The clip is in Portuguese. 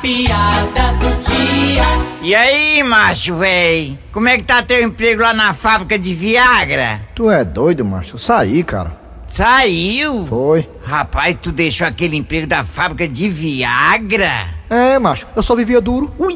piada do dia. E aí, macho, véi? Como é que tá teu emprego lá na fábrica de Viagra? Tu é doido, macho? Eu saí, cara. Saiu? Foi. Rapaz, tu deixou aquele emprego da fábrica de Viagra? É, macho, eu só vivia duro. Ui!